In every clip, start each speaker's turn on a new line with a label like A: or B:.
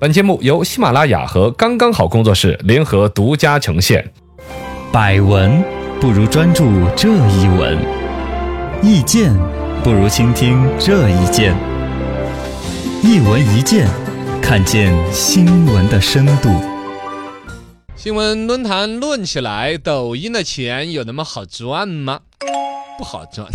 A: 本节目由喜马拉雅和刚刚好工作室联合独家呈现。
B: 百闻不如专注这一闻，意见不如倾听这一见。一闻一见，看见新闻的深度。
C: 新闻论坛论起来，抖音的钱有那么好赚吗？不好 赚。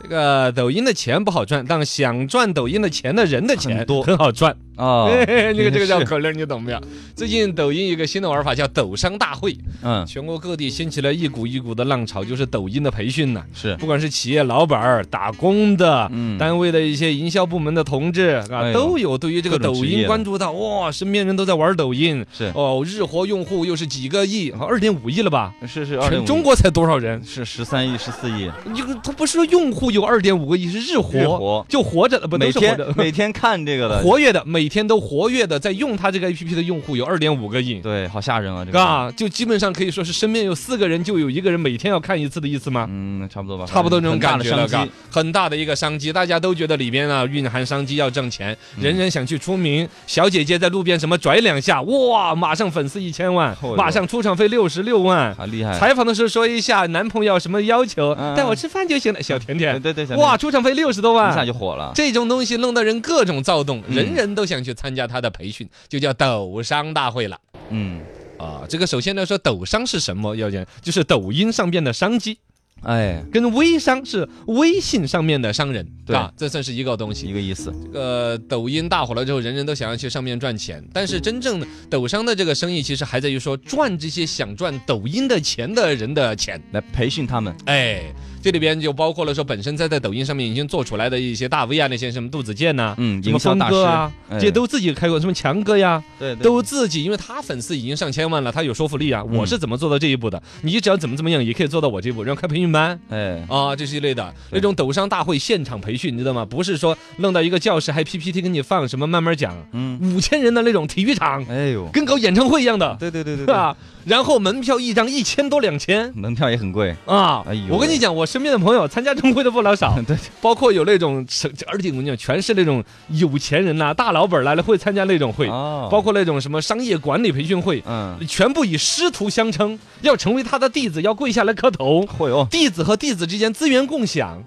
C: 这个抖音的钱不好赚，但想赚抖音的钱的人的钱
B: 很多
C: 很好赚。
B: 哦
C: 这个这个叫
B: 是
C: 可乐，你懂不懂？最近抖音一个新的玩法叫抖商大会，
B: 嗯，
C: 全国各地掀起了一股一股的浪潮，就是抖音的培训呐、
B: 是
C: 不管是企业老板儿、打工的、
B: 嗯
C: 单位的一些营销部门的同志
B: 哎
C: 啊，
B: 呦
C: 都有对于这个
B: 各种
C: 抖
B: 职业
C: 音
B: 的
C: 关注到，哇，身边人都在玩抖音，
B: 是
C: 哦，日活用户又是几个亿，啊二点五亿了吧？
B: 是是，
C: 全中国才多少人？
B: 是十三亿、十四亿，
C: 你他不是用户有二点五个亿，是日活，
B: 日活
C: 就活着的，不
B: 每
C: 都是活
B: 天
C: 着
B: 每天看这个的，
C: 活跃的，每天都活跃的在用它这个 APP 的用户有二点五个亿。
B: 对，好吓人啊，这个，
C: 嘎，就基本上可以说是身边有四个人就有一个人每天要看一次的意思吗？
B: 嗯，差不多吧，
C: 差不多这种
B: 很大
C: 感
B: 的
C: 觉了，
B: 商
C: 嘎
B: 机，，
C: 很大的一个商机，大家都觉得里边啊蕴含商机，要挣钱，
B: 嗯
C: 人人想去出名。小姐姐在路边什么拽两下，哇，马上粉丝一千万
B: 哦哟，
C: 马上出场费六十六万。
B: 啊，厉害，
C: 采访的时候说一下男朋友什么要求
B: 嗯，
C: 带我吃饭就行了，小甜
B: 对
C: 甜。
B: 对对，小
C: 哇，
B: 妹
C: 出场费六十多
B: 一下
C: 万，
B: 就火了，
C: 这种东西弄得人各种躁动，
B: 嗯
C: 人人都想去参加他的培训，就叫抖商大会了。
B: 嗯，
C: 啊，这个首先来说，抖商是什么？要讲就是抖音上面的商机，
B: 哎，
C: 跟微商是微信上面的商人，
B: 对
C: 啊，这算是一个东西
B: 一。个意思，
C: 这个抖音大火了之后，人人都想要去上面赚钱，但是真正的抖商的这个生意，其实还在于说赚这些想赚抖音的钱的人的钱。
B: 来培训他们，
C: 哎，这里边就包括了说本身在在抖音上面已经做出来的一些大 V 啊，那些什么杜子健呐、
B: 嗯，
C: 什
B: 营
C: 么
B: 销
C: 峰
B: 大
C: 哥啊
B: 师，，哎
C: 这些都自己开过，什么强哥呀，
B: 对对
C: 都自己，因为他粉丝已经上千万了，他有说服力啊。我
B: 嗯
C: 是怎么做到这一步的？你只要怎么怎么样，也可以做到我这一步。然后开培训班
B: 哎，
C: 啊，这是一类的
B: 对
C: 那种抖商大会现场培训，你知道吗？不是说弄到一个教室还 PPT 给你放什么慢慢讲，
B: 嗯，
C: 五千人的那种体育场，
B: 哎呦，
C: 跟搞演唱会一样的，
B: 对对对对
C: 是
B: 对，
C: 吧？然后门票一张一千多两千。
B: 门票也很贵，
C: 啊
B: 哎呦，，
C: 我跟你讲，我身边的朋友参加中会的不老少
B: 对，
C: 包括有那种，而且我跟你讲，全是那种有钱人呐、大老板儿来了会参加那种会，
B: 哦，
C: 包括那种什么商业管理培训会，
B: 嗯，
C: 全部以师徒相称，要成为他的弟子，要跪下来磕头。
B: 会哦，
C: 弟子和弟子之间资源共 享，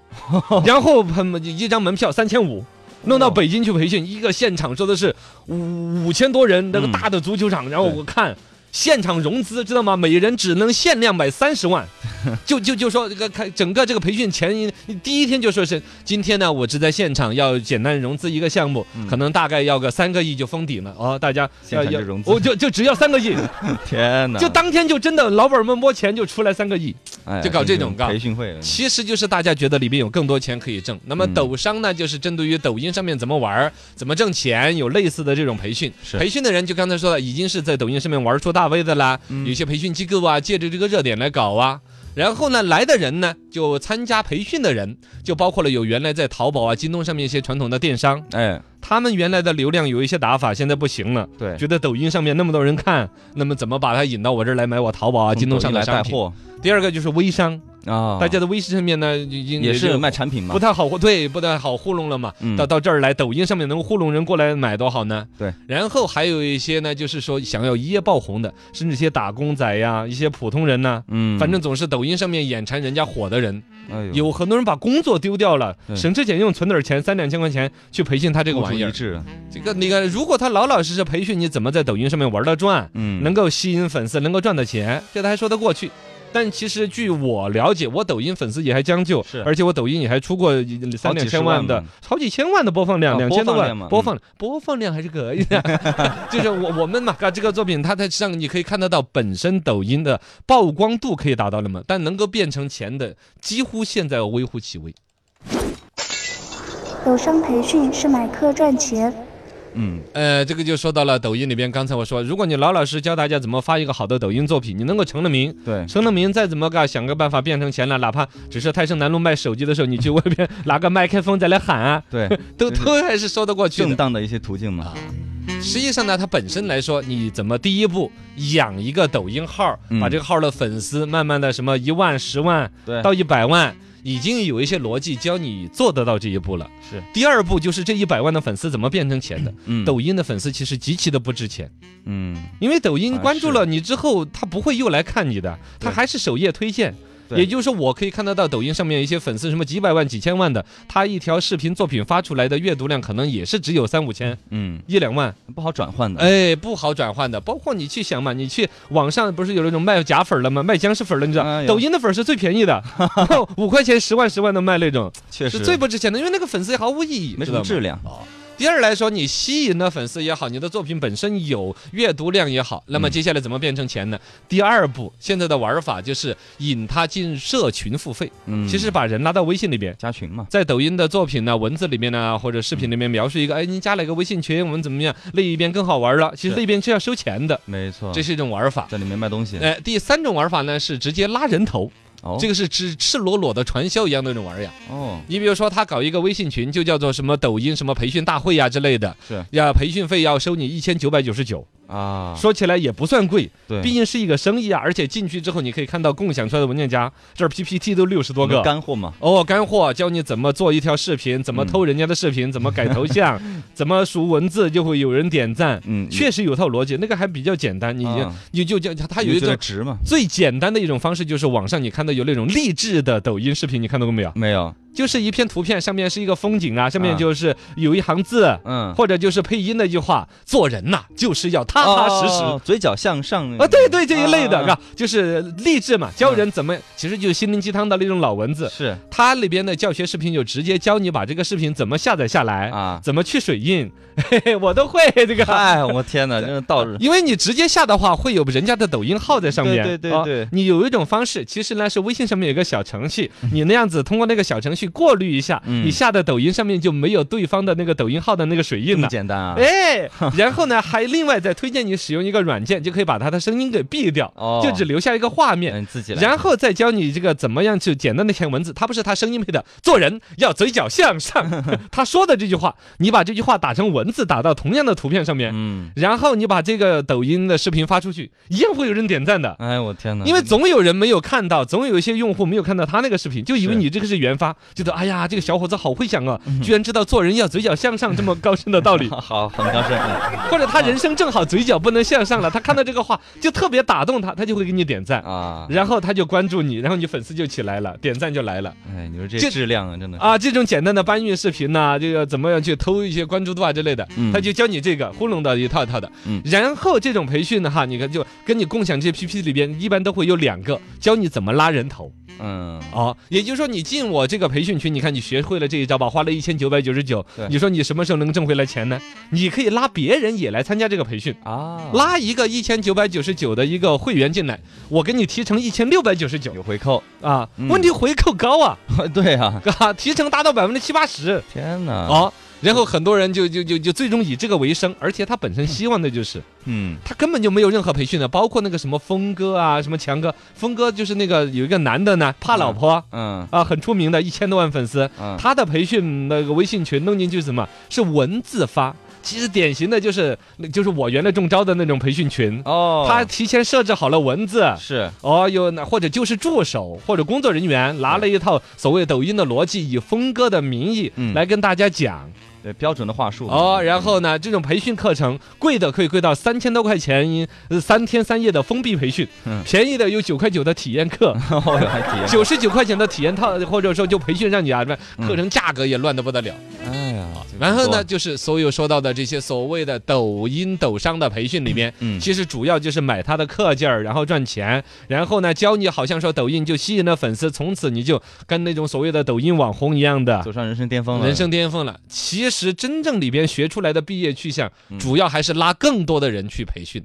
C: 然后很一张门票三千五，弄到北京去培训，一个现场说的是五五千多人那个
B: 嗯
C: 大的足球场，然后我看。现场融资知道吗？每人只能限量买三十 万，就就就说这个开整个这个培训前一第一天就说是今天呢，我只在现场要简单融资一个项目，可能大概要个三个亿就封顶了哦，大家
B: 嗯现
C: 要
B: 场就
C: 要哦
B: 融资
C: 我就就只要三 个亿，
B: 天哪，
C: 就当天就真的老板们摸钱就出来三个亿，
B: 哎
C: 就搞这种
B: 培
C: 嘎
B: 培训会了，
C: 其实就是大家觉得里面有更多钱可以挣。那么
B: 嗯
C: 抖商呢，就是针对于抖音上面怎么玩儿、怎么挣钱，有类似的这种培训
B: 是。
C: 培训的人就刚才说了，已经是在抖音上面玩出大 V 的啦，
B: 嗯
C: 有些培训机构啊，借着这个热点来搞啊。然后呢，来的人呢，就参加培训的人，就包括了有原来在淘宝啊、京东上面一些传统的电商，
B: 哎，
C: 他们原来的流量有一些打法，现在不行了，
B: 对，
C: 觉得抖音上面那么多人看，那么怎么把它引到我这儿来买我淘宝啊、
B: 从
C: 京东上
B: 抖
C: 的
B: 音来带
C: 商品？
B: 货
C: 第二个就是微商，
B: 啊，
C: 大家的微信上面呢，已经
B: 也是
C: 就
B: 卖产品嘛
C: 不，太好糊，对，不太好糊弄了嘛。
B: 嗯
C: 到到这儿来，抖音上面能糊弄人过来买多好呢？
B: 对。
C: 然后还有一些呢，就是说想要一夜爆红的，甚至一些打工仔呀，一些普通人呐。
B: 嗯
C: 反正总是抖音上面眼馋人家火的人，
B: 哎呦
C: 有很多人把工作丢掉了
B: 对，
C: 省吃俭用存点钱，三两千块钱去培训他这个
B: 孤
C: 玩
B: 注
C: 意
B: 一
C: 儿。
B: 掷，
C: 这个你看，如果他老老实实培训你怎么在抖音上面玩得转，
B: 嗯，
C: 能够吸引粉丝，能够赚到钱，这他还说得过去。但其实据我了解，我抖音粉丝也还将就是而且我抖音也还出过一三两千万的
B: 嘛，
C: 好几千万的播放量，
B: 啊
C: 两千多
B: 播放量
C: 万
B: 嘛
C: 播放播放量还是可以的。 就是我我们嘛，嘎这个作品它在上你可以看得到本身抖音的曝光度可以达到了嘛，但能够变成钱的，几乎现在微乎其微。
D: 有商培训是买课赚钱。
B: 嗯，
C: 呃，这个就说到了抖音里边，刚才我说，如果你老老实实教大家怎么发一个好的抖音作品，你能够成了名，
B: 对，
C: 成了名，再怎么个想个办法变成钱了，哪怕只是泰盛南路卖手机的时候，你去外边拿个麦克风再来喊啊，
B: 对，
C: 都
B: 就是
C: 都还是说得过去
B: 正
C: 的。
B: 当的一些途径嘛，
C: 啊实际上呢，它本身来说，你怎么第一步养一个抖音号
B: 嗯，
C: 把这个号的粉丝慢慢的什么一万、十万
B: 对
C: 到一百万。已经有一些逻辑教你做得到这一步了。
B: 是，
C: 第二步就是这一百万的粉丝怎么变成钱的。
B: 嗯，
C: 抖音的粉丝其实极其的不值钱，
B: 嗯，
C: 因为抖音
B: 啊
C: 关注
B: 是
C: 了你之后，他不会又来看你的，他
B: 对
C: 还是首页推荐。
B: 对
C: 也就是说，我可以看得到抖音上面一些粉丝什么几百万、几千万的，他一条视频作品发出来的阅读量可能也是只有三五千、
B: 嗯，
C: 一两万，
B: 不好转换的，
C: 哎，不好转换的。包括你去想嘛，你去网上不是有那种卖假粉儿的吗？卖僵尸粉儿的，你知道，
B: 哎呦
C: 抖音的粉儿是最便宜 的，五块钱、十万、十万的卖那种，
B: 确
C: 是
B: 实
C: 最不值钱的，因为那个粉丝毫无意义，
B: 没
C: 知
B: 什
C: 道
B: 么
C: 吗
B: 质量。
C: 第二来说，你吸引了粉丝也好，你的作品本身有阅读量也好，那么
B: 嗯
C: 接下来怎么变成钱呢？第二步，现在的玩法就是引他进社群付费，
B: 嗯，
C: 其实把人拉到微信里边。
B: 加群嘛，
C: 在抖音的作品呢、文字里面呢，或者视频里面描述一个，哎，您加了一个微信群，我们怎么样？那一边更好玩了。其实
B: 是嗯
C: 那边是要收钱的，
B: 没错，
C: 这是一种玩法。
B: 在里面卖东西。
C: 哎，第三种玩法呢是直接拉人头，
B: 哦，
C: 这个是指赤裸裸的传销一样的那种玩意儿。
B: 哦，
C: 你比如说，他搞一个微信群，就叫做什么抖音什么培训大会呀、之类的，
B: 是
C: 呀，培训费要收你一千九百九十九，
B: 啊，
C: 说起来也不算贵，
B: 对，
C: 毕竟是一个生意啊。而且进去之后，你可以看到共享出来的文件夹，这儿 PPT 都六十多
B: 我们
C: 个。
B: 嗯干货嘛，
C: 哦，干货教你怎么做一条视频，怎么偷人家的视频，怎么改头 像，怎么输文字就会有人点赞，
B: 嗯，
C: 确实有套逻辑。那个还比较简单，你就
B: 啊
C: 你就叫它有
B: 你
C: 一
B: 就觉
C: 种
B: 得值嘛？
C: 最简单的一种方式，就是网上你看到有那种励志的抖音视频，你看到过没有？
B: 没有，
C: 就是一片图片，上面是一个风景啊，上面
B: 啊
C: 就是有一行字，
B: 嗯，
C: 或者就是配音的一句话：“做人呐、就是要踏踏实实。
B: 哦，嘴角向上
C: 啊，对对，这一类的，
B: 啊
C: 是吧？就是励志嘛，教人怎么，其实就是心灵鸡汤的那种老文字。
B: 啊是
C: 它里边的教学视频就直接教你把这个视频怎么下载下来，
B: 啊，
C: 怎么去水印，嘿嘿，我都会这个。
B: 哎，我天 哪，真是到日
C: 因为你直接下的话，会有人家的抖音号在上面。
B: 对对对
C: 啊
B: 对
C: 你有一种方式，其实呢是微信上面有个小程序，你那样子通过那个小程序过滤一下，
B: 嗯
C: 你下的抖音上面就没有对方的那个抖音号的那个水
B: 这
C: 印
B: 么
C: 了。
B: 简单啊？
C: 哎，然后呢，还另外再推荐你使用一个软件，就可以把它的声音给毙掉，
B: 哦
C: 就只留下一个画面。
B: 嗯，你自己来，
C: 然后再教你这个怎么样去简单的填文字，它不是他声音配的。做人要嘴角向上， 他说的这句话，你把这句话打成文字，打到同样的图片上面，
B: 嗯，
C: 然后你把这个抖音的视频发出去，一样会有人点赞的。
B: 哎，我天哪，
C: 因为总有人没有看到，总有一些用户没有看到他那个视频，就以为
B: 是，
C: 你这个是原发，觉得哎呀，这个小伙子好会想啊，居然知道做人要嘴角向上这么高深的道理
B: 好，很高 兴，嗯
C: 或者他人生正好嘴角不能向上了，他看到这个话就特别打动他，他就会给你点赞，
B: 啊，
C: 然后他就关注你，然后你粉丝就起来了，点赞就来了。
B: 哎，你说这
C: 这
B: 质量啊，真的是，
C: 啊，这种简单的搬运视频呐、这个怎么样去偷一些关注度啊之类的，
B: 嗯
C: 他就教你这个糊弄到一套一套的。
B: 嗯
C: 然后这种培训呢，哈，你看就跟你共享这 APP 里边一般都会有两个，教你怎么拉人头
B: 嗯，
C: 啊、也就是说，你进我这个培训群，你看你学会了这一招吧，花了一千九百九十九
B: 对，
C: 你说你什么时候能挣回来钱呢？你可以拉别人也来参加这个培训。
B: 啊，
C: 拉一个一千九百九十九的一个会员进来，我给你提成一千六百九十九
B: 有回扣，
C: 啊，
B: 嗯
C: 问题回扣高啊，
B: 对啊，
C: 啊，提成达到百分之七八十
B: 天哪，
C: 啊。然后很多人就就就就最终以这个为生，而且他本身希望的就是
B: 嗯，
C: 他根本就没有任何培训的，包括那个什么峰哥啊，什么强哥，峰哥就是那个有一个男的呢，怕老婆
B: 嗯
C: 啊，很出名的，一千多万粉丝，
B: 嗯，
C: 他的培训那个微信群弄进去是什么是文字发，其实典型的就是就是我原来中招的那种培训群，
B: 哦，
C: 他提前设置好了文字。
B: 是
C: 哦，有那或者就是助手或者工作人员拿了一套所谓抖音的逻辑，以峰哥的名义
B: 嗯
C: 来跟大家讲、
B: 对标准的话术
C: 哦，然后呢，这种培训课程贵的可以贵到三千多块钱，呃三天三夜的封闭培训，
B: 嗯，
C: 便宜的有九块九的体验课
B: 哦，还体验，
C: 九十九块钱的体验套，或者说就培训让你啊，这
B: 嗯
C: 课程价格也乱得不得了。
B: 哎呀，这 个
C: 然后
B: 多
C: 呢，，就是所有说到的这些所谓的抖音抖商的培训里面，
B: 嗯，
C: 其实主要就是买他的课件儿，然后赚钱，然后呢教你好像说抖音就吸引了粉丝，从此你就跟那种所谓的抖音网红一样的
B: 走上人生巅峰了，
C: 人生巅峰了。其实真正里边学出来的毕业去向
B: 嗯，
C: 主要还是拉更多的人去培训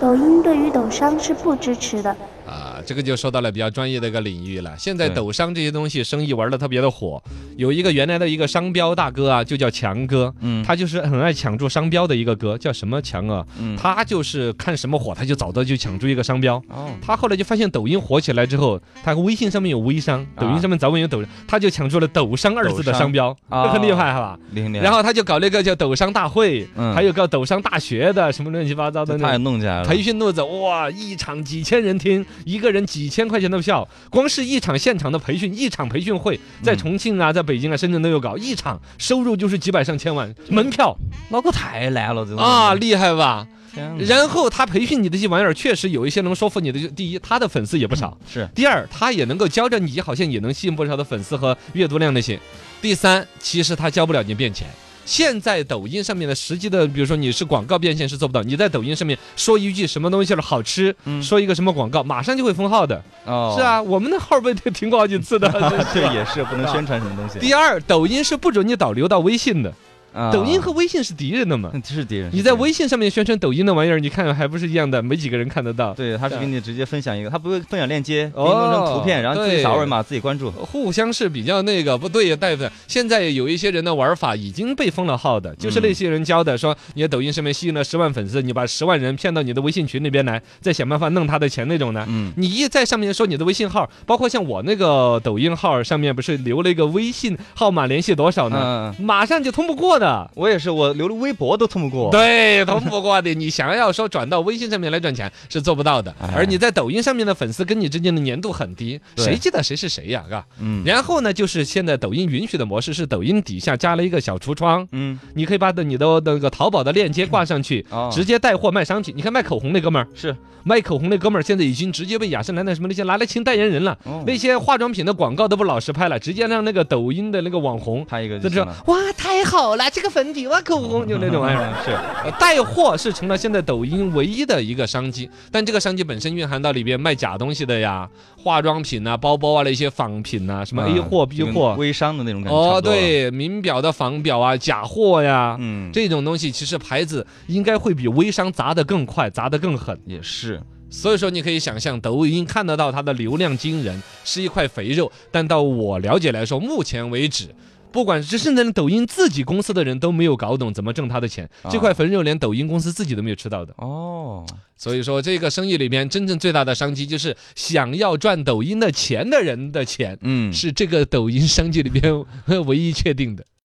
D: 抖音对于抖商是不支持的。
C: 啊。这个就说到了比较专业的一个领域了。现在
B: 对
C: 抖商这些东西生意玩的特别的火，有一个原来的一个商标大哥啊，就叫强哥，
B: 嗯
C: 他就是很爱抢注商标的一个哥，叫什么强啊？
B: 嗯
C: 他就是看什么火，他就早早就抢注一个商标。
B: 哦，
C: 他后来就发现抖音火起来之后，他微信上面有微商，
B: 啊
C: 抖音上面早晚有抖，他就抢注了“抖商”二字的商标，
B: 商哦
C: 这很厉害吧？
B: 厉害厉害，
C: 然后他就搞了一个叫抖商大会，
B: 嗯
C: 还有个抖商大学的，什么乱七八糟的
B: 这
C: 那
B: 他也
C: 种。
B: 弄起来了，
C: 培训路子，哇，一场几千人听，一个人几千块钱的票，光是一场现场的培训，一场培训会，在
B: 嗯
C: 重庆啊，在北京啊、深圳都有搞，一场收入就是几百上千万，
B: 嗯
C: 门票
B: 老哥太来了，这种
C: 啊，厉害吧？
B: 天哪
C: 然后他培训你的这些玩意儿，确实有一些能说服你的。就第一，他的粉丝也不少；
B: 是啊
C: 第二，他也能够教着你，好像也能吸引不少的粉丝和阅读量那些。第三，其实他教不了你变钱。现在抖音上面的实际的，比如说你是广告变现是做不到，你在抖音上面说一句什么东西了好吃，
B: 嗯
C: 说一个什么广告，马上就会封号的。
B: 哦，
C: 是，啊，我们的号被停过好几 次的。真是
B: 这也是不能宣传什么东西。
C: 第二，抖音是不准你导流到微信的，
B: 啊
C: 抖音和微信是敌人的嘛。
B: 嗯是敌人，
C: 你
B: 是
C: 在
B: 敌人
C: 微信上面宣传抖音的玩意儿，你看还不是一样的，没几个人看得到。
B: 对，他是
C: 对
B: 给你直接分享一个，他不会分享链接，给
C: 哦
B: 你弄成图片，然后自己
C: 对哦
B: 扫二维码自己关注。
C: 互相是比较那个不对待的。现在有一些人的玩法已经被封了号的，就是那些人教的，说你的抖音上面吸引了十万粉丝，你把十万人骗到你的微信群里边来，再想办法弄他的钱那种呢。
B: 嗯，
C: 你一在上面说你的微信号，包括像我那个抖音号上面不是留了一个微信号码联系多少呢？马上就通不过的。
B: 嗯我也是，我留了微博都通不过。
C: 对，通不过的。你想要说转到微信上面来赚钱是做不到的，而你在抖音上面的粉丝跟你之间的粘度很低，
B: 对
C: 谁记得谁是谁呀？嘎，
B: 嗯
C: 然后呢，就是现在抖音允许的模式是抖音底下加了一个小橱窗，
B: 嗯，
C: 你可以把的你的那个淘宝的链接挂上去。
B: 哦，
C: 直接带货卖商品，你看卖口红那哥们儿，
B: 是
C: 卖口红那哥们儿现在已经直接被雅诗兰黛什么那些拿来请代言人了，
B: 哦
C: 那些化妆品的广告都不老实拍了，直接让那个抖音的那个网红
B: 拍一个
C: 在
B: 就
C: 这
B: 行
C: 说
B: 了。
C: 哇太好了，这个粉底哇口红就那 种玩意儿，
B: 嗯是
C: 呃带货是成了现在抖音唯一的一个商机，但这个商机本身蕴含到里边卖假东西的呀，化妆品呐、包包啊那些仿品呐、什么 A 货、
B: 嗯
C: B
B: 就跟
C: 货，
B: 微商的那种感觉。
C: 哦，，对，名表的仿表啊，假货呀，
B: 嗯，
C: 这种东西其实牌子应该会比微商砸得更快，砸得更狠。
B: 也是。
C: 所以说，你可以想象，抖音看得到它的流量惊人，是一块肥肉。但到我了解来说，目前为止，不管是甚至抖音自己公司的人都没有搞懂怎么挣他的钱，这块肥肉连抖音公司自己都没有吃到的。
B: 哦，
C: 所以说，这个生意里面真正最大的商机就是想要赚抖音的钱的人的钱，
B: 嗯，
C: 是这个抖音商机里边 唯一确定的。